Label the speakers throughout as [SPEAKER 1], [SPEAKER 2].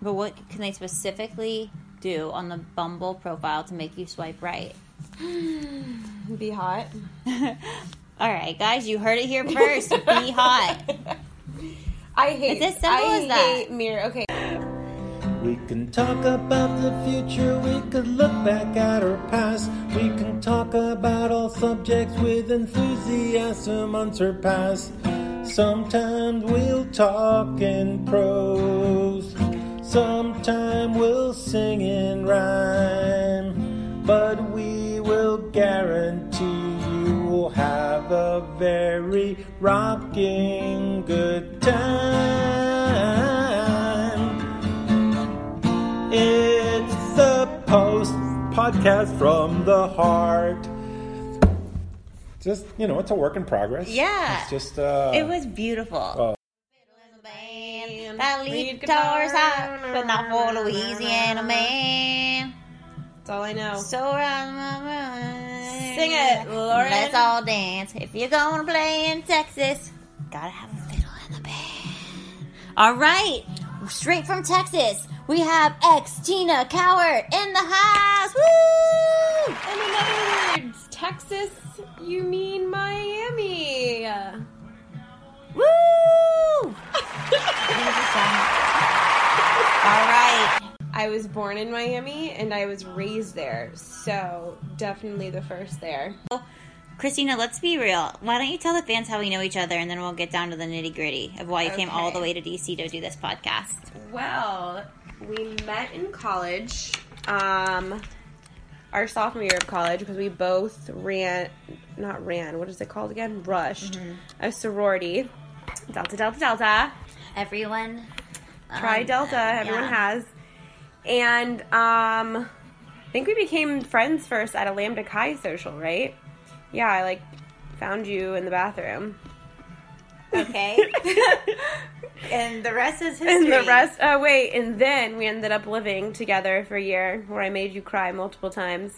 [SPEAKER 1] But what can they specifically do on the Bumble profile to make you swipe right?
[SPEAKER 2] Be hot.
[SPEAKER 1] All right, guys, you heard it here first. Be hot.
[SPEAKER 2] I hate.
[SPEAKER 1] It's as simple
[SPEAKER 2] I
[SPEAKER 1] as that.
[SPEAKER 2] hate mirror. Okay.
[SPEAKER 3] We can talk about the future, we could look back at our past, we can talk about all subjects with enthusiasm unsurpassed. Sometimes we'll talk in prose, sometimes we'll sing in rhyme, but we will guarantee you will have a very rocking good time. It's the post podcast from the heart. Just you know, it's a work in progress.
[SPEAKER 1] Yeah.
[SPEAKER 3] it's just uh,
[SPEAKER 1] It was beautiful.
[SPEAKER 3] Oh.
[SPEAKER 1] Man, That lead
[SPEAKER 2] Lead
[SPEAKER 1] guitar's
[SPEAKER 2] guitar.
[SPEAKER 1] hot, but not for Louisiana man.
[SPEAKER 2] That's all I know.
[SPEAKER 1] So round my mind.
[SPEAKER 2] Sing it, Lauren.
[SPEAKER 1] Let's all dance. If you're gonna play in Texas, gotta have a fiddle in the band. All right, straight from Texas, we have ex Tina Coward in the house. Woo!
[SPEAKER 2] And in other words, Texas, you mean Miami.
[SPEAKER 1] Woo! all right.
[SPEAKER 2] I was born in Miami and I was raised there, so definitely the first there.
[SPEAKER 1] Christina, let's be real. Why don't you tell the fans how we know each other, and then we'll get down to the nitty gritty of why you came all
[SPEAKER 2] Okay.
[SPEAKER 1] the way to DC to do this podcast.
[SPEAKER 2] Well, we met in college, um, our sophomore year of college, because we both ran, not ran, what is it called again? Rushed a sorority, Delta Delta Delta.
[SPEAKER 1] Everyone, Um,
[SPEAKER 2] Try Delta, everyone has, and um, I think we became friends first at a Lambda Chi social, right? Yeah, I like found you in the bathroom.
[SPEAKER 1] okay, and the rest is history.
[SPEAKER 2] And the rest, oh wait, and then we ended up living together for a year where I made you cry multiple times.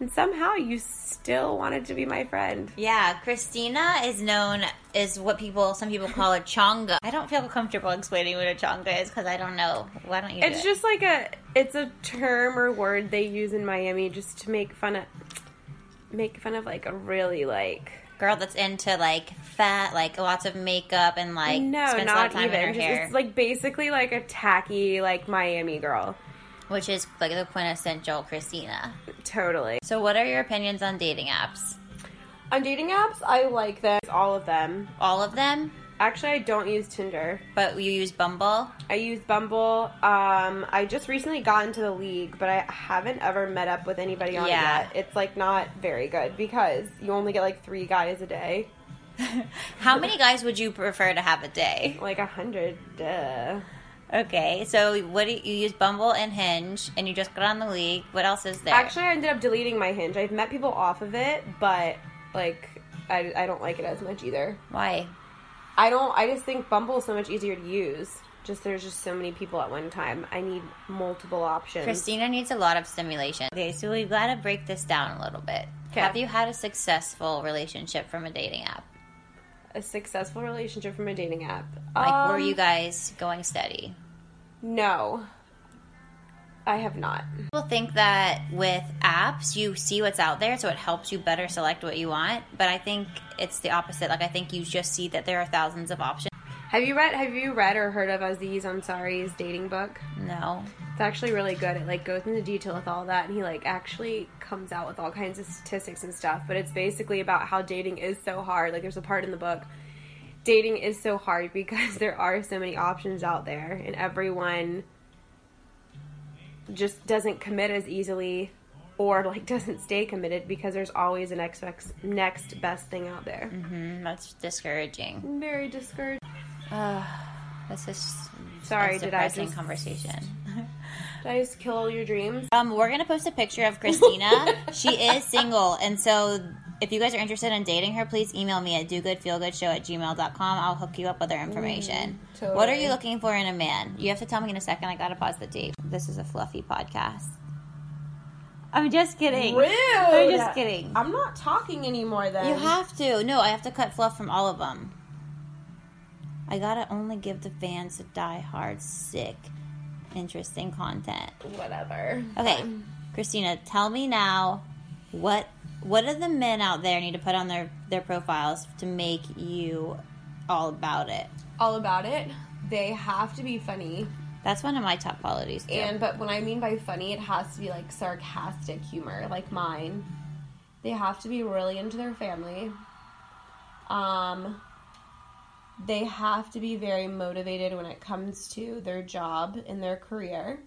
[SPEAKER 2] And somehow you still wanted to be my friend.
[SPEAKER 1] Yeah, Christina is known is what people some people call a chonga. I don't feel comfortable explaining what a chonga is because I don't know. Why don't you? do
[SPEAKER 2] It's
[SPEAKER 1] it?
[SPEAKER 2] just like a, it's a term or word they use in Miami just to make fun of, make fun of like a really like,
[SPEAKER 1] girl that's into like fat, like lots of makeup, and like
[SPEAKER 2] no,
[SPEAKER 1] spends a lot of
[SPEAKER 2] not
[SPEAKER 1] time
[SPEAKER 2] even.
[SPEAKER 1] in her
[SPEAKER 2] Just-
[SPEAKER 1] hair,
[SPEAKER 2] It's like basically like a tacky like Miami girl.
[SPEAKER 1] which is like the quintessential Christina.
[SPEAKER 2] Totally.
[SPEAKER 1] So, what are your opinions on dating apps?
[SPEAKER 2] On dating apps, I like them, all of them.
[SPEAKER 1] All of them,
[SPEAKER 2] Actually, I don't use Tinder.
[SPEAKER 1] but you use Bumble.
[SPEAKER 2] I use Bumble. Um, I just recently got into the league, but I haven't ever met up with anybody on
[SPEAKER 1] Yeah.
[SPEAKER 2] it yet. It's like not very good because you only get like three guys a day,
[SPEAKER 1] How many guys would you prefer to have a day?
[SPEAKER 2] like a hundred. Duh.
[SPEAKER 1] Okay, so what do you, you use Bumble and Hinge, and you just got on the league. What else is there?
[SPEAKER 2] Actually, I ended up deleting my Hinge. I've met people off of it, but like I, I don't like it as much either.
[SPEAKER 1] why?
[SPEAKER 2] I don't. I just think Bumble is so much easier to use. Just there's just so many people at one time. I need multiple options.
[SPEAKER 1] Christina needs a lot of stimulation. Okay, so we've got to break this down a little bit.
[SPEAKER 2] Okay.
[SPEAKER 1] Have you had a successful relationship from a dating app?
[SPEAKER 2] A successful relationship from a dating app.
[SPEAKER 1] Like, were
[SPEAKER 2] Um,
[SPEAKER 1] you guys going steady?
[SPEAKER 2] No, I have not.
[SPEAKER 1] People think that with apps, you see what's out there, so it helps you better select what you want. But I think it's the opposite. Like, I think you just see that there are thousands of options.
[SPEAKER 2] Have you read Have you read or heard of Aziz Ansari's dating book?
[SPEAKER 1] No.
[SPEAKER 2] It's actually really good. It like goes into detail with all that, and he like actually comes out with all kinds of statistics and stuff. But it's basically about how dating is so hard. Like there's a part in the book, dating is so hard because there are so many options out there, and everyone just doesn't commit as easily, or like doesn't stay committed because there's always a next best- next best thing out there.
[SPEAKER 1] Mm, That's discouraging.
[SPEAKER 2] Very discouraged.
[SPEAKER 1] This is
[SPEAKER 2] Sorry,
[SPEAKER 1] a
[SPEAKER 2] did I
[SPEAKER 1] depressing
[SPEAKER 2] just
[SPEAKER 1] conversation.
[SPEAKER 2] did I just kill all your dreams?
[SPEAKER 1] Um, we're gonna post a picture of Christina. she is single, and so if you guys are interested in dating her, please email me at dogoodfeelgoodshow at gmail.com. I'll hook you up with her information. What are you
[SPEAKER 2] totally.
[SPEAKER 1] looking for in a man? You have to tell me in a second. I gotta pause the tape. This is a fluffy podcast. I'm just kidding. I'm just kidding.
[SPEAKER 2] I'm not talking anymore then.
[SPEAKER 1] You have to. No, I have to cut fluff from all of them. I gotta only give the fans a die hard, sick, interesting content.
[SPEAKER 2] Whatever.
[SPEAKER 1] Okay, Christina, tell me now what what do the men out there need to put on their their profiles to make you all about it?
[SPEAKER 2] All about it. They have to be funny.
[SPEAKER 1] That's one of my top qualities. Too.
[SPEAKER 2] And but when I mean by funny, it has to be like sarcastic humor, like mine. They have to be really into their family. Um they have to be very motivated when it comes to their job and their career.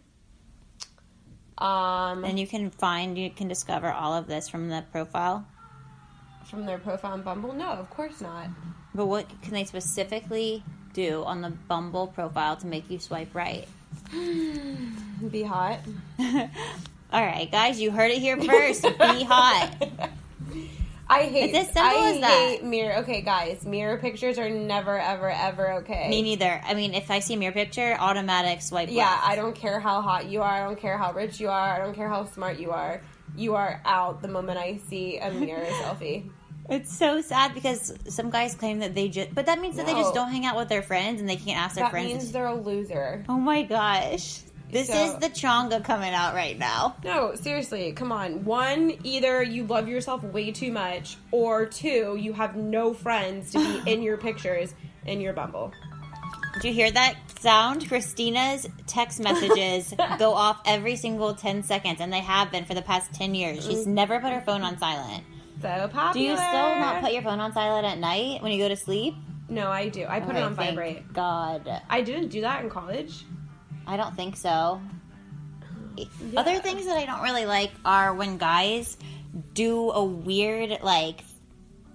[SPEAKER 2] Um
[SPEAKER 1] and you can find you can discover all of this from the profile.
[SPEAKER 2] from their profile on Bumble? No, of course not.
[SPEAKER 1] But what can they specifically do on the Bumble profile to make you swipe right?
[SPEAKER 2] Be hot.
[SPEAKER 1] All right, guys, you heard it here first. Be hot.
[SPEAKER 2] I hate.
[SPEAKER 1] It's as simple
[SPEAKER 2] I
[SPEAKER 1] as that.
[SPEAKER 2] hate mirror. Okay, guys, mirror pictures are never, ever, ever okay.
[SPEAKER 1] Me neither. I mean, if I see your picture, automatic swipe
[SPEAKER 2] yeah,
[SPEAKER 1] left.
[SPEAKER 2] I don't care how hot you are. I don't care how rich you are. I don't care how smart you are. You are out the moment I see a mirror selfie.
[SPEAKER 1] It's so sad because some guys claim that they just, but that means that they just
[SPEAKER 2] No.
[SPEAKER 1] don't hang out with their friends and they can't ask their
[SPEAKER 2] That
[SPEAKER 1] friends.
[SPEAKER 2] means they're a loser.
[SPEAKER 1] oh my gosh. This
[SPEAKER 2] So-
[SPEAKER 1] is the chonga coming out right now.
[SPEAKER 2] No, seriously, come on. One, either you love yourself way too much, or two, you have no friends to be in your pictures in your Bumble.
[SPEAKER 1] Did you hear that sound? Christina's text messages go off every single 10 seconds, and they have been for the past 10 years. She's never put her phone on silent.
[SPEAKER 2] So popular.
[SPEAKER 1] Do you still not put your phone on silent at night when you go to sleep?
[SPEAKER 2] No, I do. I put it
[SPEAKER 1] Okay,
[SPEAKER 2] on
[SPEAKER 1] thank
[SPEAKER 2] vibrate.
[SPEAKER 1] God.
[SPEAKER 2] I didn't do that in college.
[SPEAKER 1] I don't think so.
[SPEAKER 2] Yeah.
[SPEAKER 1] Other things that I don't really like are when guys do a weird like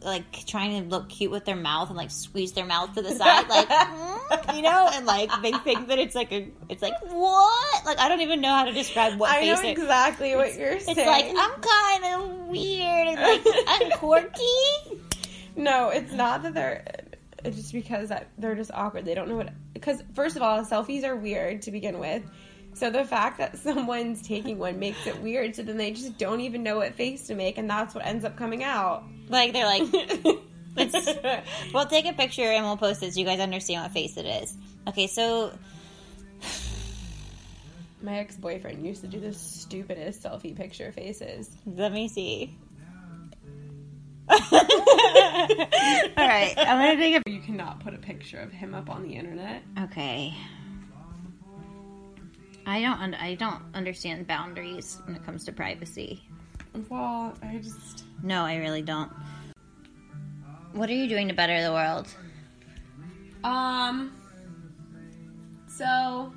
[SPEAKER 1] like trying to look cute with their mouth and like squeeze their mouth to the side like mm, you know and like they think that it's like a it's like what like I don't even know how to describe what
[SPEAKER 2] I
[SPEAKER 1] face
[SPEAKER 2] know
[SPEAKER 1] it-
[SPEAKER 2] exactly what you're saying.
[SPEAKER 1] it's like uh, I'm kind of weird and like I'm quirky
[SPEAKER 2] no, it's not that they're. It's just because that they're just awkward. They don't know what. Because first of all, selfies are weird to begin with. So the fact that someone's taking one makes it weird. So then they just don't even know what face to make, and that's what ends up coming out.
[SPEAKER 1] like they're like we'll take a picture and we'll post it so you guys understand what face it is okay so
[SPEAKER 2] My ex-boyfriend used to do the stupidest selfie picture faces.
[SPEAKER 1] Let me see. All right, I'm gonna take
[SPEAKER 2] You cannot put a picture of him up on the internet.
[SPEAKER 1] a. Okay. I don't. Un- I don't understand boundaries when it comes to privacy.
[SPEAKER 2] Well, I just
[SPEAKER 1] No, I really don't. What are you doing to better the world?
[SPEAKER 2] Um. So, I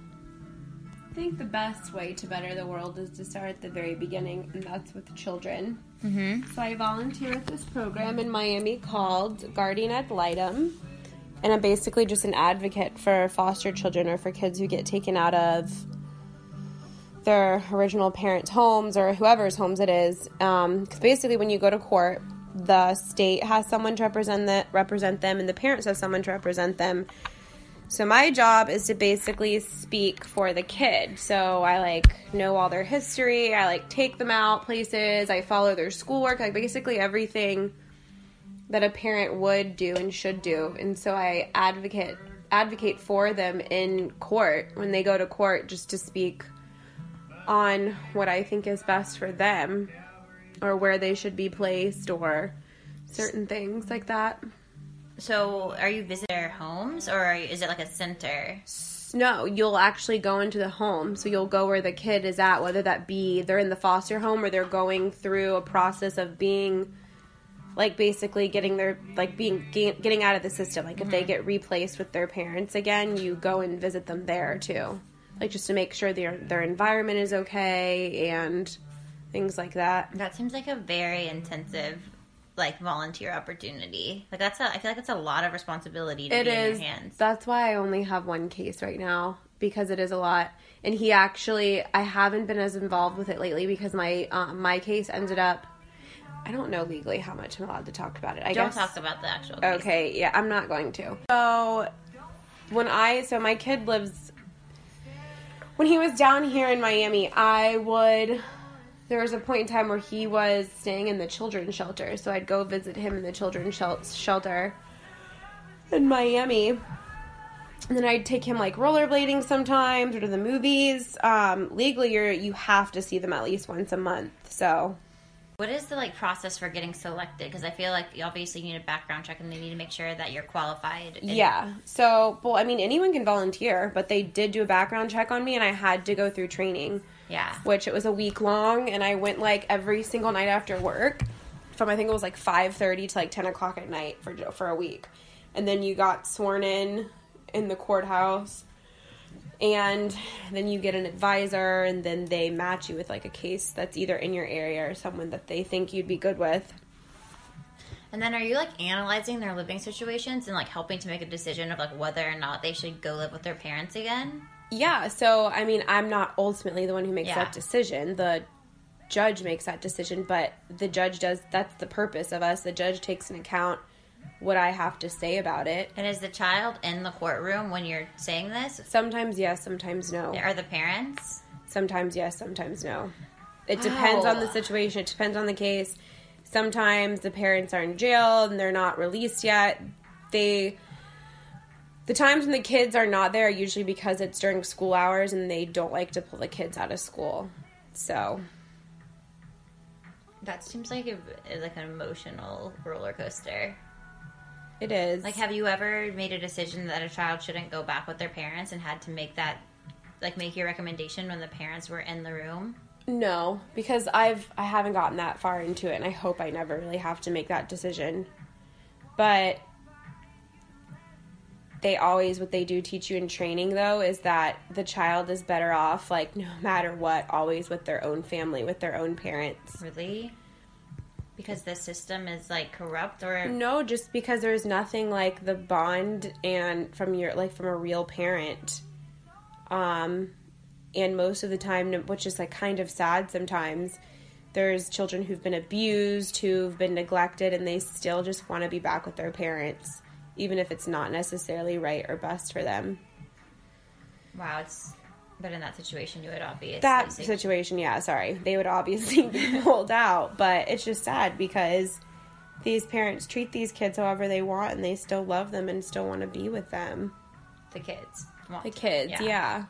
[SPEAKER 2] think the best way to better the world is to start at the very beginning, and that's with children. Mm-hmm. So, I volunteer at this program in Miami called Guardian Ad Litem, and I'm basically just an advocate for foster children or for kids who get taken out of their original parents' homes or whoever's homes it is. Because basically, when you go to court, the state has someone to represent the, represent them, and the parents have someone to represent them. So my job is to basically speak for the kid. So I like know all their history. I like take them out places. I follow their schoolwork. Like basically everything that a parent would do and should do. And so I advocate advocate for them in court when they go to court just to speak on what I think is best for them or where they should be placed or certain things like that.
[SPEAKER 1] So, are you visitor homes or are you, is it like a center?
[SPEAKER 2] No, you'll actually go into the home. So you'll go where the kid is at, whether that be they're in the foster home or they're going through a process of being like basically getting their like being ge- getting out of the system. Like if they get replaced with their parents again, you go and visit them there too. Like just to make sure their their environment is okay and things like that.
[SPEAKER 1] That seems like a very intensive, like volunteer opportunity. Like that's a. I feel like it's a lot of responsibility to
[SPEAKER 2] It
[SPEAKER 1] be
[SPEAKER 2] is.
[SPEAKER 1] in your hands.
[SPEAKER 2] That's why I only have one case right now because it is a lot. And he actually, I haven't been as involved with it lately because my uh, my case ended up. I don't know legally how much I'm allowed to talk about it. I
[SPEAKER 1] Don't
[SPEAKER 2] guess.
[SPEAKER 1] talk about the actual. case.
[SPEAKER 2] Okay, yeah, I'm not going to. So when I so my kid lives when he was down here in Miami, I would there was a point in time where he was staying in the children's shelter, so I'd go visit him in the children's shel- shelter in Miami. And then I'd take him like rollerblading sometimes or to the movies. Um, legally, you're you have to see them at least once a month. So
[SPEAKER 1] What is the like process for getting selected? Because I feel like you obviously need a background check and they need to make sure that you're qualified. and-
[SPEAKER 2] Yeah. So, well, I mean, anyone can volunteer, but they did do a background check on me, and I had to go through training,
[SPEAKER 1] yeah.
[SPEAKER 2] which it was a week long, and I went like every single night after work, from I think it was like five thirty to like ten o'clock at night for for a week, and then you got sworn in in the courthouse, and then you get an advisor, and then they match you with like a case that's either in your area or someone that they think you'd be good with.
[SPEAKER 1] And then are you like analyzing their living situations and like helping to make a decision of like whether or not they should go live with their parents again?
[SPEAKER 2] Yeah, so I mean, I'm not ultimately the one who makes
[SPEAKER 1] Yeah.
[SPEAKER 2] that decision. The judge makes that decision, but the judge does that's the purpose of us. The judge takes into account what I have to say about it.
[SPEAKER 1] And is the child in the courtroom when you're saying this?
[SPEAKER 2] Sometimes yes, sometimes no.
[SPEAKER 1] Are the parents?
[SPEAKER 2] Sometimes yes, sometimes no. It depends on the
[SPEAKER 1] Wow.
[SPEAKER 2] situation, it depends on the case. Sometimes the parents are in jail and they're not released yet. They the times when the kids are not there are usually because it's during school hours and they don't like to pull the kids out of school. So,
[SPEAKER 1] That seems like a, like an emotional roller coaster.
[SPEAKER 2] It is.
[SPEAKER 1] Like, have you ever made a decision that a child shouldn't go back with their parents and had to make that, like, make your recommendation when the parents were in the room?
[SPEAKER 2] no, because I've I haven't gotten that far into it, and I hope I never really have to make that decision. But they always what they do teach you in training though is that the child is better off like no matter what always with their own family with their own parents.
[SPEAKER 1] Really? Because the system is like corrupt, or
[SPEAKER 2] No, just because there's nothing like the bond and from your like from a real parent. Um and most of the time which is like kind of sad sometimes there's children who've been abused, who've been neglected and they still just want to be back with their parents even if it's not necessarily right or best for them.
[SPEAKER 1] wow, it's. But in that situation, you would obviously
[SPEAKER 2] that
[SPEAKER 1] say-
[SPEAKER 2] situation, yeah, sorry. They would obviously be pulled out, but it's just sad because these parents treat these kids however they want and they still love them and still want to be with them.
[SPEAKER 1] the kids. want
[SPEAKER 2] The
[SPEAKER 1] to-
[SPEAKER 2] kids, yeah.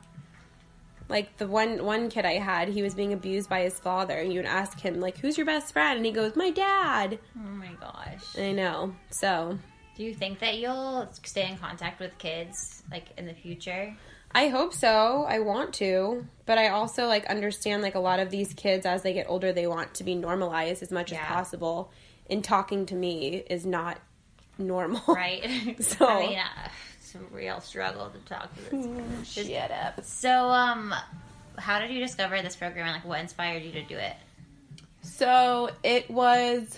[SPEAKER 2] Like the one one kid I had, he was being abused by his father and you would ask him like, "Who's your best friend?" and he goes, "My dad."
[SPEAKER 1] Oh my gosh.
[SPEAKER 2] I know. So,
[SPEAKER 1] Do you think that you'll stay in contact with kids like in the future?
[SPEAKER 2] I hope so. I want to, but I also like understand like a lot of these kids as they get older, they want to be normalized as much
[SPEAKER 1] Yeah.
[SPEAKER 2] as possible. And talking to me is not normal.
[SPEAKER 1] Right.
[SPEAKER 2] So-
[SPEAKER 1] I mean, uh, it's a real struggle to talk to this.
[SPEAKER 2] Shut up.
[SPEAKER 1] So, um, how did you discover this program and like what inspired you to do it?
[SPEAKER 2] So it was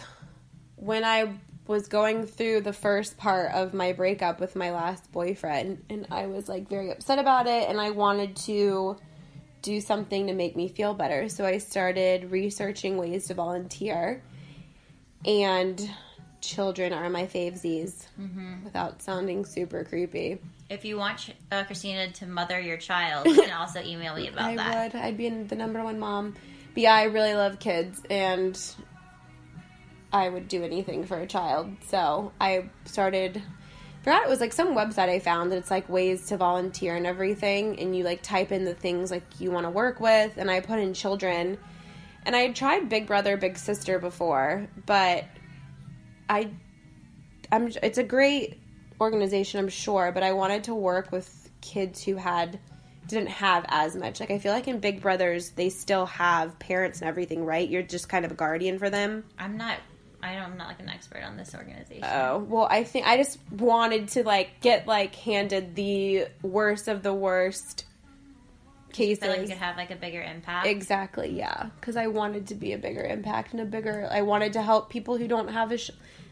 [SPEAKER 2] when I was going through the first part of my breakup with my last boyfriend, and I was like very upset about it, and I wanted to do something to make me feel better. So I started researching ways to volunteer, and children are my favesies without sounding super creepy.
[SPEAKER 1] If you want uh, Christina to mother your child, you can also email me about
[SPEAKER 2] I
[SPEAKER 1] that.
[SPEAKER 2] would. I'd be the number one mom. But yeah, I really love kids, and I would do anything for a child. So I started. Forgot it was like some website I found that it's like ways to volunteer and everything, and you like type in the things like you want to work with, and I put in children, and I had tried Big Brother Big Sister before, but I, I'm it's a great organization I'm sure, but I wanted to work with kids who had didn't have as much. Like I feel like in Big Brothers they still have parents and everything, right? You're just kind of a guardian for them.
[SPEAKER 1] I'm not. I don't, I'm not like an expert on this organization.
[SPEAKER 2] Oh, well, I think I just wanted to like get like handed the worst of the worst
[SPEAKER 1] I feel like you
[SPEAKER 2] cases.
[SPEAKER 1] could have like a bigger impact.
[SPEAKER 2] Exactly, yeah. Because I wanted to be a bigger impact and a bigger. I wanted to help people who don't have a, sh-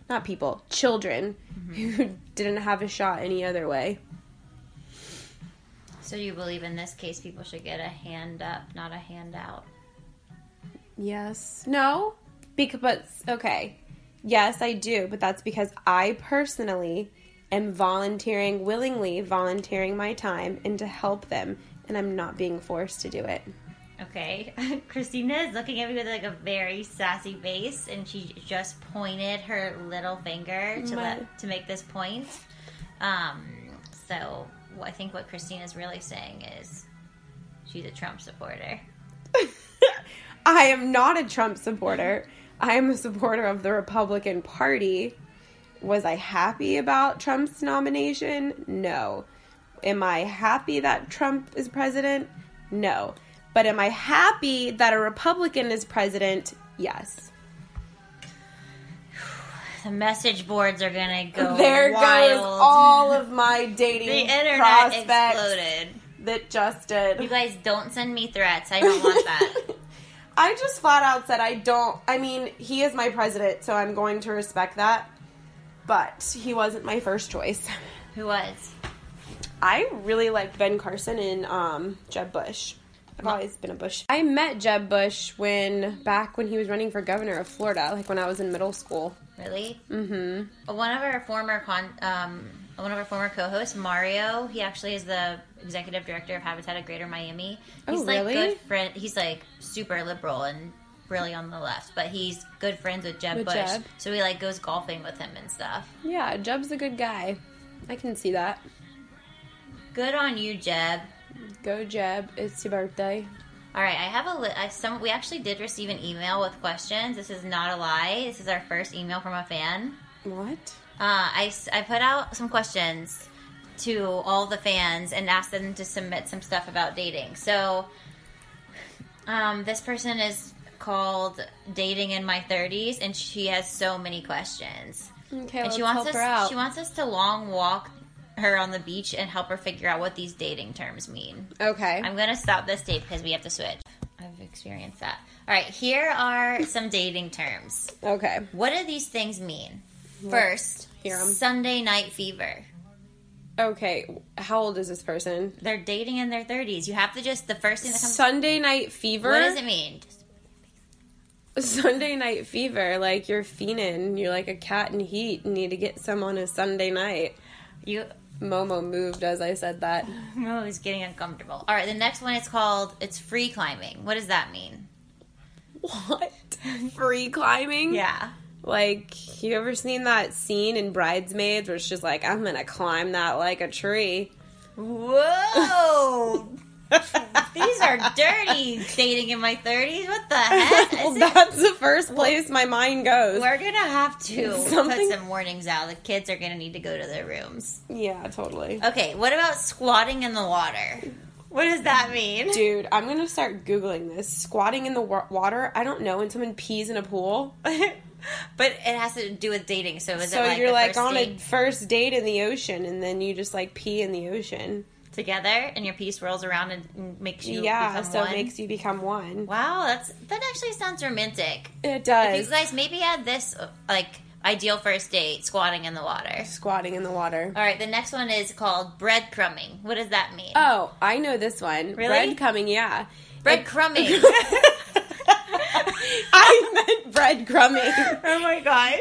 [SPEAKER 2] not people, children
[SPEAKER 1] Mm-hmm.
[SPEAKER 2] who didn't have a shot any other way.
[SPEAKER 1] so you believe in this case, people should get a hand up, not a handout.
[SPEAKER 2] Yes. No. Because but okay. Yes, I do, but that's because I personally am volunteering willingly, volunteering my time and to help them, and I'm not being forced to do it.
[SPEAKER 1] Okay, Christina is looking at me with like a very sassy face, and she just pointed her little finger to
[SPEAKER 2] My-
[SPEAKER 1] let, to make this point. Um, so I think what Christina's really saying is she's a Trump supporter.
[SPEAKER 2] I am not a Trump supporter. I am a supporter of the Republican Party. Was I happy about Trump's nomination? No. Am I happy that Trump is president? No. But am I happy that a Republican is president? Yes.
[SPEAKER 1] The message boards are gonna go
[SPEAKER 2] there
[SPEAKER 1] wild.
[SPEAKER 2] goes all of my
[SPEAKER 1] the
[SPEAKER 2] dating
[SPEAKER 1] internet
[SPEAKER 2] prospects
[SPEAKER 1] exploded.
[SPEAKER 2] that just
[SPEAKER 1] You
[SPEAKER 2] did.
[SPEAKER 1] guys don't send me threats. I don't want that.
[SPEAKER 2] I just flat out said I don't. I mean, he is my president, so I'm going to respect that. But he wasn't my first choice.
[SPEAKER 1] Who was?
[SPEAKER 2] I really liked Ben Carson and um, Jeb Bush. I've always been a Bush. I met Jeb Bush when back when he was running for governor of Florida, like when I was in middle school.
[SPEAKER 1] Really? Mm-hmm. One of our former con, um, one of our former co-hosts, Mario. He actually is the executive director of Habitat of Greater Miami. He's
[SPEAKER 2] Oh,
[SPEAKER 1] like
[SPEAKER 2] really?
[SPEAKER 1] good friend. He's like super liberal and really on the left, but he's good friends with Jeb
[SPEAKER 2] With
[SPEAKER 1] Bush.
[SPEAKER 2] Jeb.
[SPEAKER 1] So he like goes golfing with him and stuff.
[SPEAKER 2] Yeah, Jeb's a good guy. I can see that.
[SPEAKER 1] Good on you, Jeb.
[SPEAKER 2] Go Jeb, it's your birthday.
[SPEAKER 1] All right, I have a li- I, some. We actually did receive an email with questions. This is not a lie. This is our first email from a fan.
[SPEAKER 2] What?
[SPEAKER 1] Uh, I, s- I put out some questions to all the fans and asked them to submit some stuff about dating. So, um, this person is called Dating in My 30s, and she has so many questions.
[SPEAKER 2] Okay,
[SPEAKER 1] and
[SPEAKER 2] let's
[SPEAKER 1] she wants,
[SPEAKER 2] help
[SPEAKER 1] us,
[SPEAKER 2] her out.
[SPEAKER 1] she wants us to long walk her on the beach and help her figure out what these dating terms mean.
[SPEAKER 2] okay.
[SPEAKER 1] I'm going to stop this date because we have to switch. I've experienced that. All right, here are some dating terms.
[SPEAKER 2] okay.
[SPEAKER 1] What do these things mean? First,
[SPEAKER 2] hear 'em.
[SPEAKER 1] Sunday night fever.
[SPEAKER 2] Okay. How old is this person?
[SPEAKER 1] They're dating in their 30s. You have to just, the first thing that comes
[SPEAKER 2] Sunday night fever.
[SPEAKER 1] What does it mean?
[SPEAKER 2] Sunday night fever. Like you're fiending. You're like a cat in heat. and need to get some on a Sunday night.
[SPEAKER 1] You,
[SPEAKER 2] Momo moved as I said that.
[SPEAKER 1] oh, it's getting uncomfortable. All right, the next one is called, it's free climbing. What does that mean?
[SPEAKER 2] What? Free climbing?
[SPEAKER 1] Yeah.
[SPEAKER 2] Like, you ever seen that scene in Bridesmaids where she's like, I'm gonna climb that like a tree?
[SPEAKER 1] Whoa! These are dirty dating in my 30s. What the heck?
[SPEAKER 2] well,
[SPEAKER 1] This is-
[SPEAKER 2] that's the first place my mind goes.
[SPEAKER 1] we're gonna have to
[SPEAKER 2] Something-
[SPEAKER 1] put some warnings out. The kids are gonna need to go to their rooms.
[SPEAKER 2] Yeah, totally.
[SPEAKER 1] Okay, what about squatting in the water? What does that mean?
[SPEAKER 2] Dude, I'm gonna start Googling this. Squatting in the wa- water? I don't know when someone pees in a pool.
[SPEAKER 1] but it has to do with dating. So is
[SPEAKER 2] so
[SPEAKER 1] it like
[SPEAKER 2] you're
[SPEAKER 1] the
[SPEAKER 2] like
[SPEAKER 1] first
[SPEAKER 2] on a
[SPEAKER 1] date
[SPEAKER 2] first date in the ocean and then you just like pee in the ocean.
[SPEAKER 1] together, and your piece rolls around and makes you
[SPEAKER 2] yeah,
[SPEAKER 1] become
[SPEAKER 2] so
[SPEAKER 1] one?
[SPEAKER 2] it makes you become one.
[SPEAKER 1] wow, that's that actually sounds romantic.
[SPEAKER 2] It
[SPEAKER 1] If
[SPEAKER 2] does.
[SPEAKER 1] you guys maybe add this uh, like ideal first date squatting in the water.
[SPEAKER 2] Squatting in the water.
[SPEAKER 1] All right, the next one is called breadcrumbing. What does that mean?
[SPEAKER 2] Oh, I know this one.
[SPEAKER 1] Really?
[SPEAKER 2] Breadcrumbing, yeah.
[SPEAKER 1] breadcrumbing.
[SPEAKER 2] I meant breadcrumbing.
[SPEAKER 1] oh my gosh!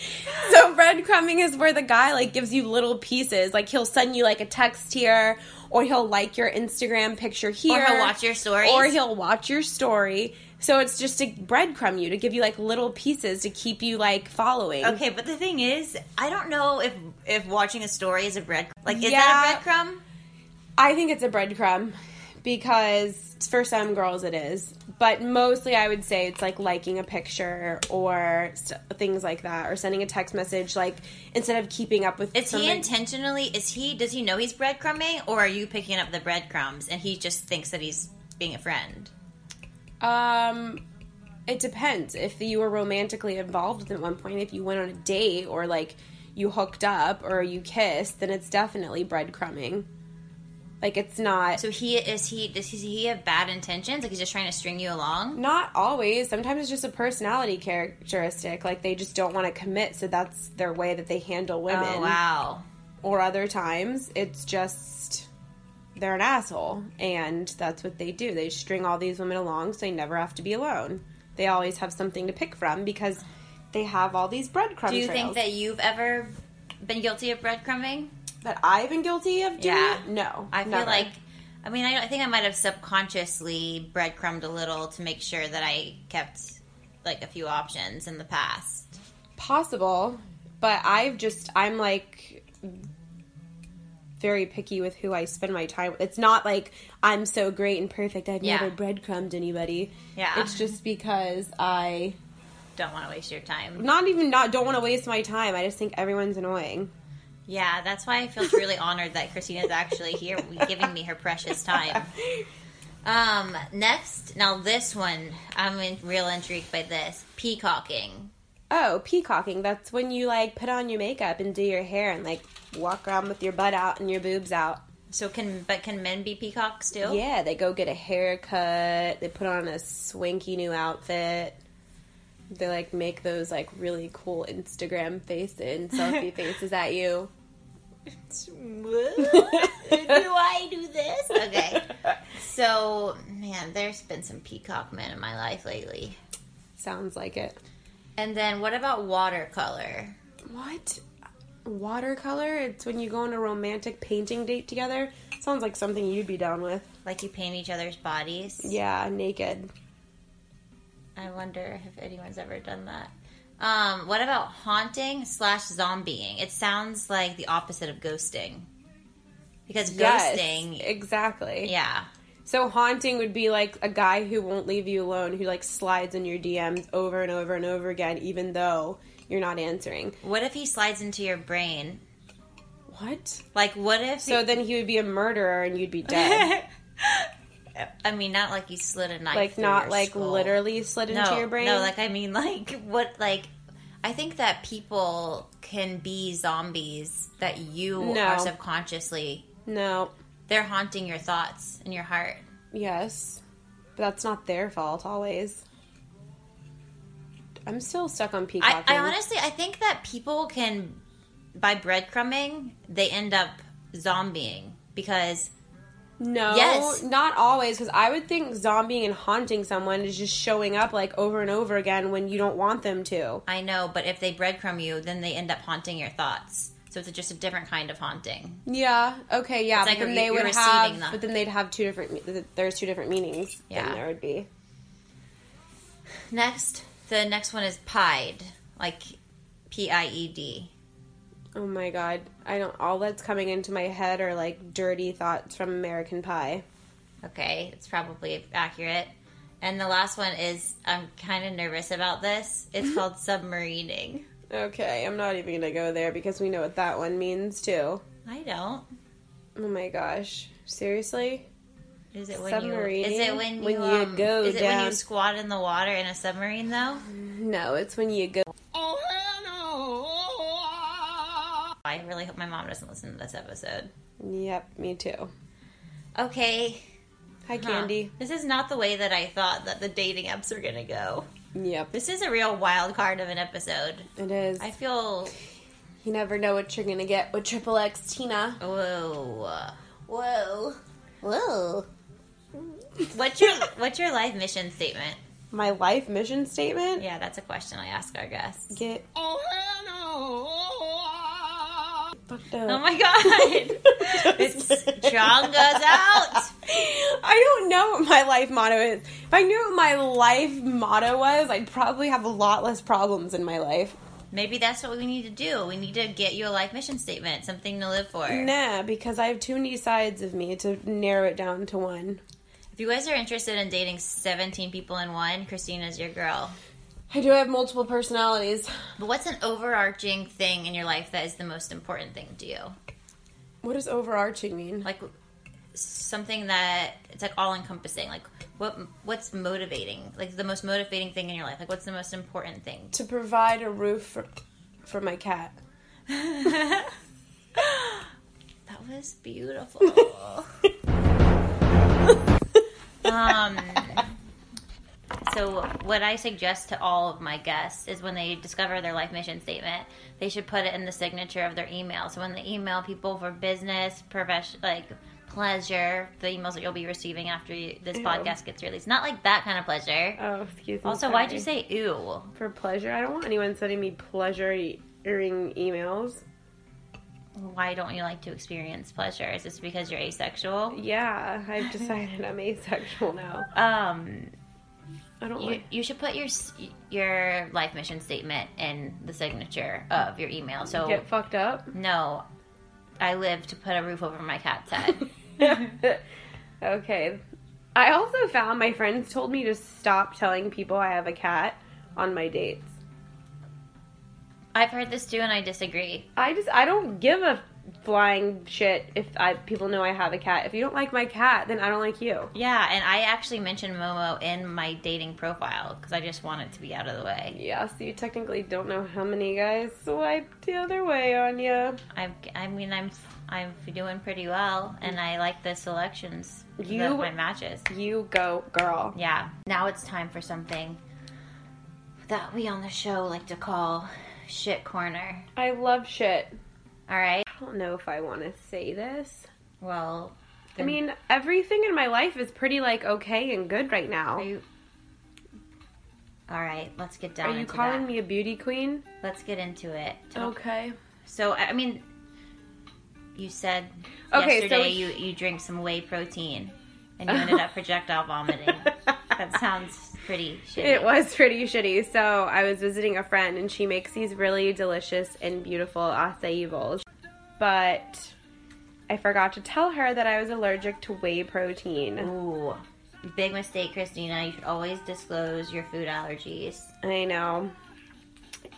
[SPEAKER 1] Ew.
[SPEAKER 2] So breadcrumbing is where the guy like gives you little pieces. Like he'll send you like a text here, or he'll like your Instagram picture
[SPEAKER 1] Or
[SPEAKER 2] here,
[SPEAKER 1] he'll watch your stories.
[SPEAKER 2] or he'll watch your story. So it's just to breadcrumb you to give you like little pieces to keep you like following.
[SPEAKER 1] Okay, but the thing is, I don't know if if watching a story is a bread like is
[SPEAKER 2] Yeah.
[SPEAKER 1] that a breadcrumb?
[SPEAKER 2] I think it's a breadcrumb because for some girls it is, but mostly I would say it's like liking a picture or st- things like that, or sending a text message. Like instead of keeping up with,
[SPEAKER 1] Is he
[SPEAKER 2] somebody-
[SPEAKER 1] intentionally? Is he? Does he know he's breadcrumbing, or are you picking up the breadcrumbs and he just thinks that he's being a friend?
[SPEAKER 2] Um, it depends. If you were romantically involved at one point, if you went on a date or like you hooked up or you kissed, then it's definitely breadcrumbing. Like it's not
[SPEAKER 1] So he is he? Does he, he have bad intentions? Like he's just trying to string you along?
[SPEAKER 2] not always. Sometimes it's just a personality characteristic. Like they just don't want to commit, so that's their way that they handle women.
[SPEAKER 1] Oh wow!
[SPEAKER 2] Or other times it's just they're an asshole and that's what they do. They string all these women along so they never have to be alone. They always have something to pick from because they have all these breadcrumbs.
[SPEAKER 1] Do you think that you've ever been guilty of breadcrumbing?
[SPEAKER 2] that I've been guilty of doing
[SPEAKER 1] Yeah.
[SPEAKER 2] it? No.
[SPEAKER 1] I feel
[SPEAKER 2] never.
[SPEAKER 1] like, I mean, I, I think I might have subconsciously breadcrumbed a little to make sure that I kept like a few options in the past.
[SPEAKER 2] possible, but I've just I'm like very picky with who I spend my time with. It's not like I'm so great and perfect. I've
[SPEAKER 1] Yeah.
[SPEAKER 2] never breadcrumbed anybody.
[SPEAKER 1] Yeah.
[SPEAKER 2] It's just because I
[SPEAKER 1] Don't want to waste your time.
[SPEAKER 2] not even not don't want to waste my time. I just think everyone's annoying.
[SPEAKER 1] Yeah, that's why I feel really honored that Christina's actually here giving me her precious time. Um, next, now this one, I'm in, real intrigued by this. Peacocking.
[SPEAKER 2] Oh, peacocking. That's when you like put on your makeup and do your hair and like walk around with your butt out and your boobs out.
[SPEAKER 1] So can but can men be peacocks too?
[SPEAKER 2] Yeah, they go get a haircut. They put on a swanky new outfit. They like make those like really cool Instagram face and selfie faces at you.
[SPEAKER 1] do I do this? Okay. So man, there's been some peacock men in my life lately.
[SPEAKER 2] Sounds like it.
[SPEAKER 1] And then what about watercolor?
[SPEAKER 2] What? Watercolor? It's when you go on a romantic painting date together. Sounds like something you'd be down with.
[SPEAKER 1] Like you paint each other's bodies?
[SPEAKER 2] Yeah, naked.
[SPEAKER 1] I wonder if anyone's ever done that. Um, what about haunting slash zombieing? It sounds like the opposite of ghosting. Because
[SPEAKER 2] Yes,
[SPEAKER 1] ghosting,
[SPEAKER 2] exactly.
[SPEAKER 1] yeah.
[SPEAKER 2] So haunting would be like a guy who won't leave you alone, who like slides in your DMs over and over and over again, even though you're not answering.
[SPEAKER 1] What if he slides into your brain?
[SPEAKER 2] What?
[SPEAKER 1] Like, what if?
[SPEAKER 2] So then he would be a murderer and you'd be dead.
[SPEAKER 1] I mean, not like you slid a knife,
[SPEAKER 2] like
[SPEAKER 1] through
[SPEAKER 2] not
[SPEAKER 1] your
[SPEAKER 2] like
[SPEAKER 1] skull.
[SPEAKER 2] literally slid
[SPEAKER 1] no,
[SPEAKER 2] into your brain.
[SPEAKER 1] No, like I mean, like what? Like, I think that people can be zombies that you
[SPEAKER 2] No.
[SPEAKER 1] are subconsciously.
[SPEAKER 2] no.
[SPEAKER 1] They're haunting your thoughts and your heart.
[SPEAKER 2] Yes. But that's not their fault always. I'm still stuck on
[SPEAKER 1] I,
[SPEAKER 2] peacocking.
[SPEAKER 1] I honestly, I think that people can, by breadcrumbing, they end up zombieing because
[SPEAKER 2] no,
[SPEAKER 1] Yes.
[SPEAKER 2] not always cuz I would think zombieing and haunting someone is just showing up like over and over again when you don't want them to.
[SPEAKER 1] I know, but if they breadcrumb you, then they end up haunting your thoughts. So it's just a different kind of haunting.
[SPEAKER 2] Yeah. Okay. Yeah.
[SPEAKER 1] It's like
[SPEAKER 2] but then
[SPEAKER 1] you're-
[SPEAKER 2] they
[SPEAKER 1] you're
[SPEAKER 2] would
[SPEAKER 1] receiving
[SPEAKER 2] have.
[SPEAKER 1] that.
[SPEAKER 2] But then they'd have two different. me- th- There's two different meanings.
[SPEAKER 1] Yeah.
[SPEAKER 2] Then there would be.
[SPEAKER 1] Next, the next one is pied, like P I E D.
[SPEAKER 2] Oh my god! I don't. All that's coming into my head are like dirty thoughts from American Pie.
[SPEAKER 1] Okay, it's probably accurate. And the last one is I'm kind of nervous about this. It's called submarining.
[SPEAKER 2] Okay, I'm not even gonna go there because we know what that one means too.
[SPEAKER 1] I don't.
[SPEAKER 2] Oh my gosh! Seriously?
[SPEAKER 1] Is it when you? Is it
[SPEAKER 2] Submarining?
[SPEAKER 1] when you,
[SPEAKER 2] When you
[SPEAKER 1] um,
[SPEAKER 2] go
[SPEAKER 1] Is it when you
[SPEAKER 2] down.
[SPEAKER 1] squat in the water in a submarine though?
[SPEAKER 2] No, it's when you go.
[SPEAKER 1] I really hope my mom doesn't listen to this episode.
[SPEAKER 2] Yep, me too.
[SPEAKER 1] Okay.
[SPEAKER 2] Hi,
[SPEAKER 1] huh.
[SPEAKER 2] Candy.
[SPEAKER 1] This is not the way that I thought that the dating apps are gonna go.
[SPEAKER 2] Yep,
[SPEAKER 1] This is a real wild card of an episode.
[SPEAKER 2] it is.
[SPEAKER 1] I feel
[SPEAKER 2] You never know what you're gonna get with Triple X Tina.
[SPEAKER 1] whoa. Whoa. Oh. Whoa. What's your what's your life mission statement?
[SPEAKER 2] My life mission statement.
[SPEAKER 1] Yeah, that's a question I ask our guests.
[SPEAKER 2] Get fucked up.
[SPEAKER 1] Oh my god. it's John goes out.
[SPEAKER 2] I don't know what my life motto is. If I knew what my life motto was, I'd probably have a lot less problems in my life.
[SPEAKER 1] Maybe that's what we need to do. We need to get you a life mission statement, something to live for.
[SPEAKER 2] Nah, because I have too many sides of me to narrow it down to one.
[SPEAKER 1] If you guys are interested in dating 17 people in one, Christina's your girl.
[SPEAKER 2] I do have multiple personalities.
[SPEAKER 1] But what's an overarching thing in your life that is the most important thing to you?
[SPEAKER 2] What does overarching mean?
[SPEAKER 1] Like something that it's like all encompassing. Like what what's motivating? Like the most motivating thing in your life. Like what's the most important thing?
[SPEAKER 2] To provide a roof for, for my cat.
[SPEAKER 1] That was beautiful. um, so, what I suggest to all of my guests is when they discover their life mission statement, they should put it in the signature of their email. So, when they email people for business, profession, like pleasure, the emails that you'll be receiving after you, this podcast gets released, not like that kind of pleasure.
[SPEAKER 2] Oh, excuse me.
[SPEAKER 1] Also, why'd you say ew?
[SPEAKER 2] For pleasure? I don't want anyone sending me pleasure earring emails.
[SPEAKER 1] Why don't you like to experience pleasure? Is this because you're asexual?
[SPEAKER 2] Yeah, I've decided I'm asexual now.
[SPEAKER 1] Um,
[SPEAKER 2] I don't
[SPEAKER 1] You,
[SPEAKER 2] like.
[SPEAKER 1] you should put your s- your life mission statement in the signature of your email. So
[SPEAKER 2] Get fucked up?
[SPEAKER 1] no, I live to put a roof over my cat's head.
[SPEAKER 2] okay. I also found my friends told me to stop telling people I have a cat on my dates.
[SPEAKER 1] I've heard this too, and I disagree.
[SPEAKER 2] I just I don't give a flying shit if I people know I have a cat. If you don't like my cat, then I don't like you.
[SPEAKER 1] Yeah, and I actually mentioned Momo in my dating profile because I just want it to be out of the way.
[SPEAKER 2] Yeah, so you technically don't know how many guys swiped the other way on you.
[SPEAKER 1] I, I mean, I'm I'm doing pretty well, and I like the selections
[SPEAKER 2] You-
[SPEAKER 1] of my matches.
[SPEAKER 2] You go, girl.
[SPEAKER 1] Yeah. Now it's time for something that we on the show like to call shit corner.
[SPEAKER 2] I love shit.
[SPEAKER 1] All right.
[SPEAKER 2] I don't know if I want to say this.
[SPEAKER 1] Well,
[SPEAKER 2] I mean, everything in my life is pretty like okay and good right now.
[SPEAKER 1] are you? All right. Let's get down.
[SPEAKER 2] Are you
[SPEAKER 1] into
[SPEAKER 2] calling
[SPEAKER 1] that.
[SPEAKER 2] me a beauty queen?
[SPEAKER 1] Let's get into it.
[SPEAKER 2] Okay.
[SPEAKER 1] So I I mean, you said
[SPEAKER 2] Okay, so-
[SPEAKER 1] yesterday you you drink some whey protein and you ended up projectile vomiting. that sounds pretty shitty.
[SPEAKER 2] It was pretty shitty. So I was visiting a friend, and she makes these really delicious and beautiful acai bowls. But I forgot to tell her that I was allergic to whey protein.
[SPEAKER 1] Ooh, big mistake, Christina. You should always disclose your food allergies.
[SPEAKER 2] I know.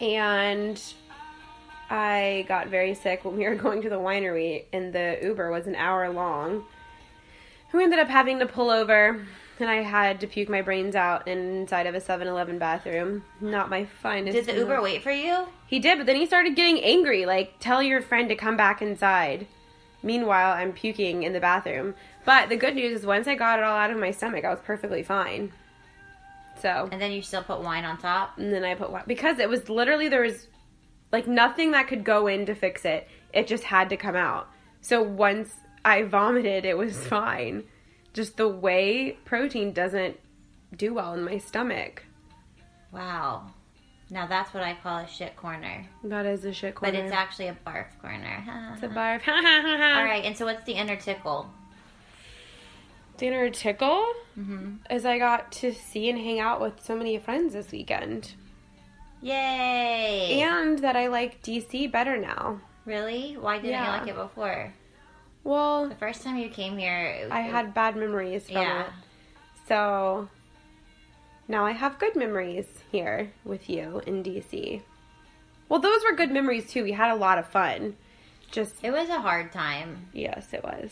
[SPEAKER 2] And I got very sick when we were going to the winery, and the Uber was an hour long. We ended up having to pull over, and I had to puke my brains out inside of a 7 Eleven bathroom. Not my finest.
[SPEAKER 1] Did the
[SPEAKER 2] moment.
[SPEAKER 1] Uber wait for you?
[SPEAKER 2] He did, but then he started getting angry, like, tell your friend to come back inside. Meanwhile, I'm puking in the bathroom. But the good news is, once I got it all out of my stomach, I was perfectly fine. So,
[SPEAKER 1] And then you still put wine on top.
[SPEAKER 2] and then I put, wa- because it was literally, there was like nothing that could go in to fix it. It just had to come out. So once I vomited, it was fine. Just the way protein doesn't do well in my stomach.
[SPEAKER 1] Wow. Now that's what I call a shit corner,
[SPEAKER 2] That is a shit corner.
[SPEAKER 1] but it's actually a barf corner.
[SPEAKER 2] It's a barf. All
[SPEAKER 1] All right. And so what's the inner tickle?
[SPEAKER 2] dinner tickle
[SPEAKER 1] Mm-hmm.
[SPEAKER 2] is I got to see and hang out with so many friends this weekend.
[SPEAKER 1] Yay!
[SPEAKER 2] And that I like DC better now.
[SPEAKER 1] Really? Why didn't you
[SPEAKER 2] Yeah.
[SPEAKER 1] like it before?
[SPEAKER 2] Well,
[SPEAKER 1] The first time you came here, it,
[SPEAKER 2] I had bad memories from
[SPEAKER 1] yeah.
[SPEAKER 2] it. So now I have good memories here with you in DC. Well, those were good memories too. We had a lot of fun. Just,
[SPEAKER 1] It was a hard time,
[SPEAKER 2] yes, it was.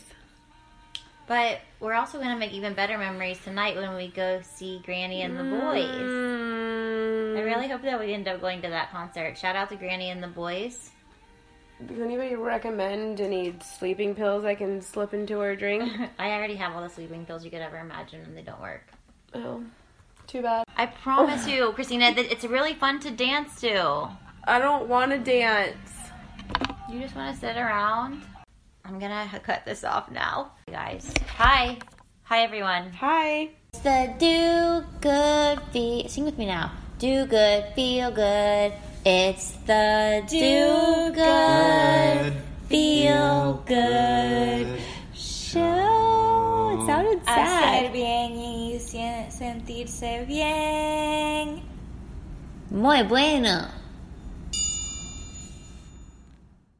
[SPEAKER 1] but we're also going to make even better memories tonight when we go see Granny and the Boys. I
[SPEAKER 2] Mm.
[SPEAKER 1] really hope that we end up going to that concert. Shout out to Granny and the Boys.
[SPEAKER 2] Does anybody recommend any sleeping pills I can slip into or drink?
[SPEAKER 1] I already have all the sleeping pills you could ever imagine, and they don't work.
[SPEAKER 2] oh, too bad.
[SPEAKER 1] I promise you, Christina, that it's really fun to dance to.
[SPEAKER 2] I don't want to dance.
[SPEAKER 1] You just want to sit around. I'm gonna h- cut this off now, Hey, guys. Hi, hi everyone.
[SPEAKER 2] Hi.
[SPEAKER 1] It's the do good feel. Sing with me now. Do good, feel good. It's the do, good, feel good show. It sounded
[SPEAKER 4] hacer
[SPEAKER 1] sad.
[SPEAKER 4] bien y sen- sentirse bien.
[SPEAKER 1] Muy bueno.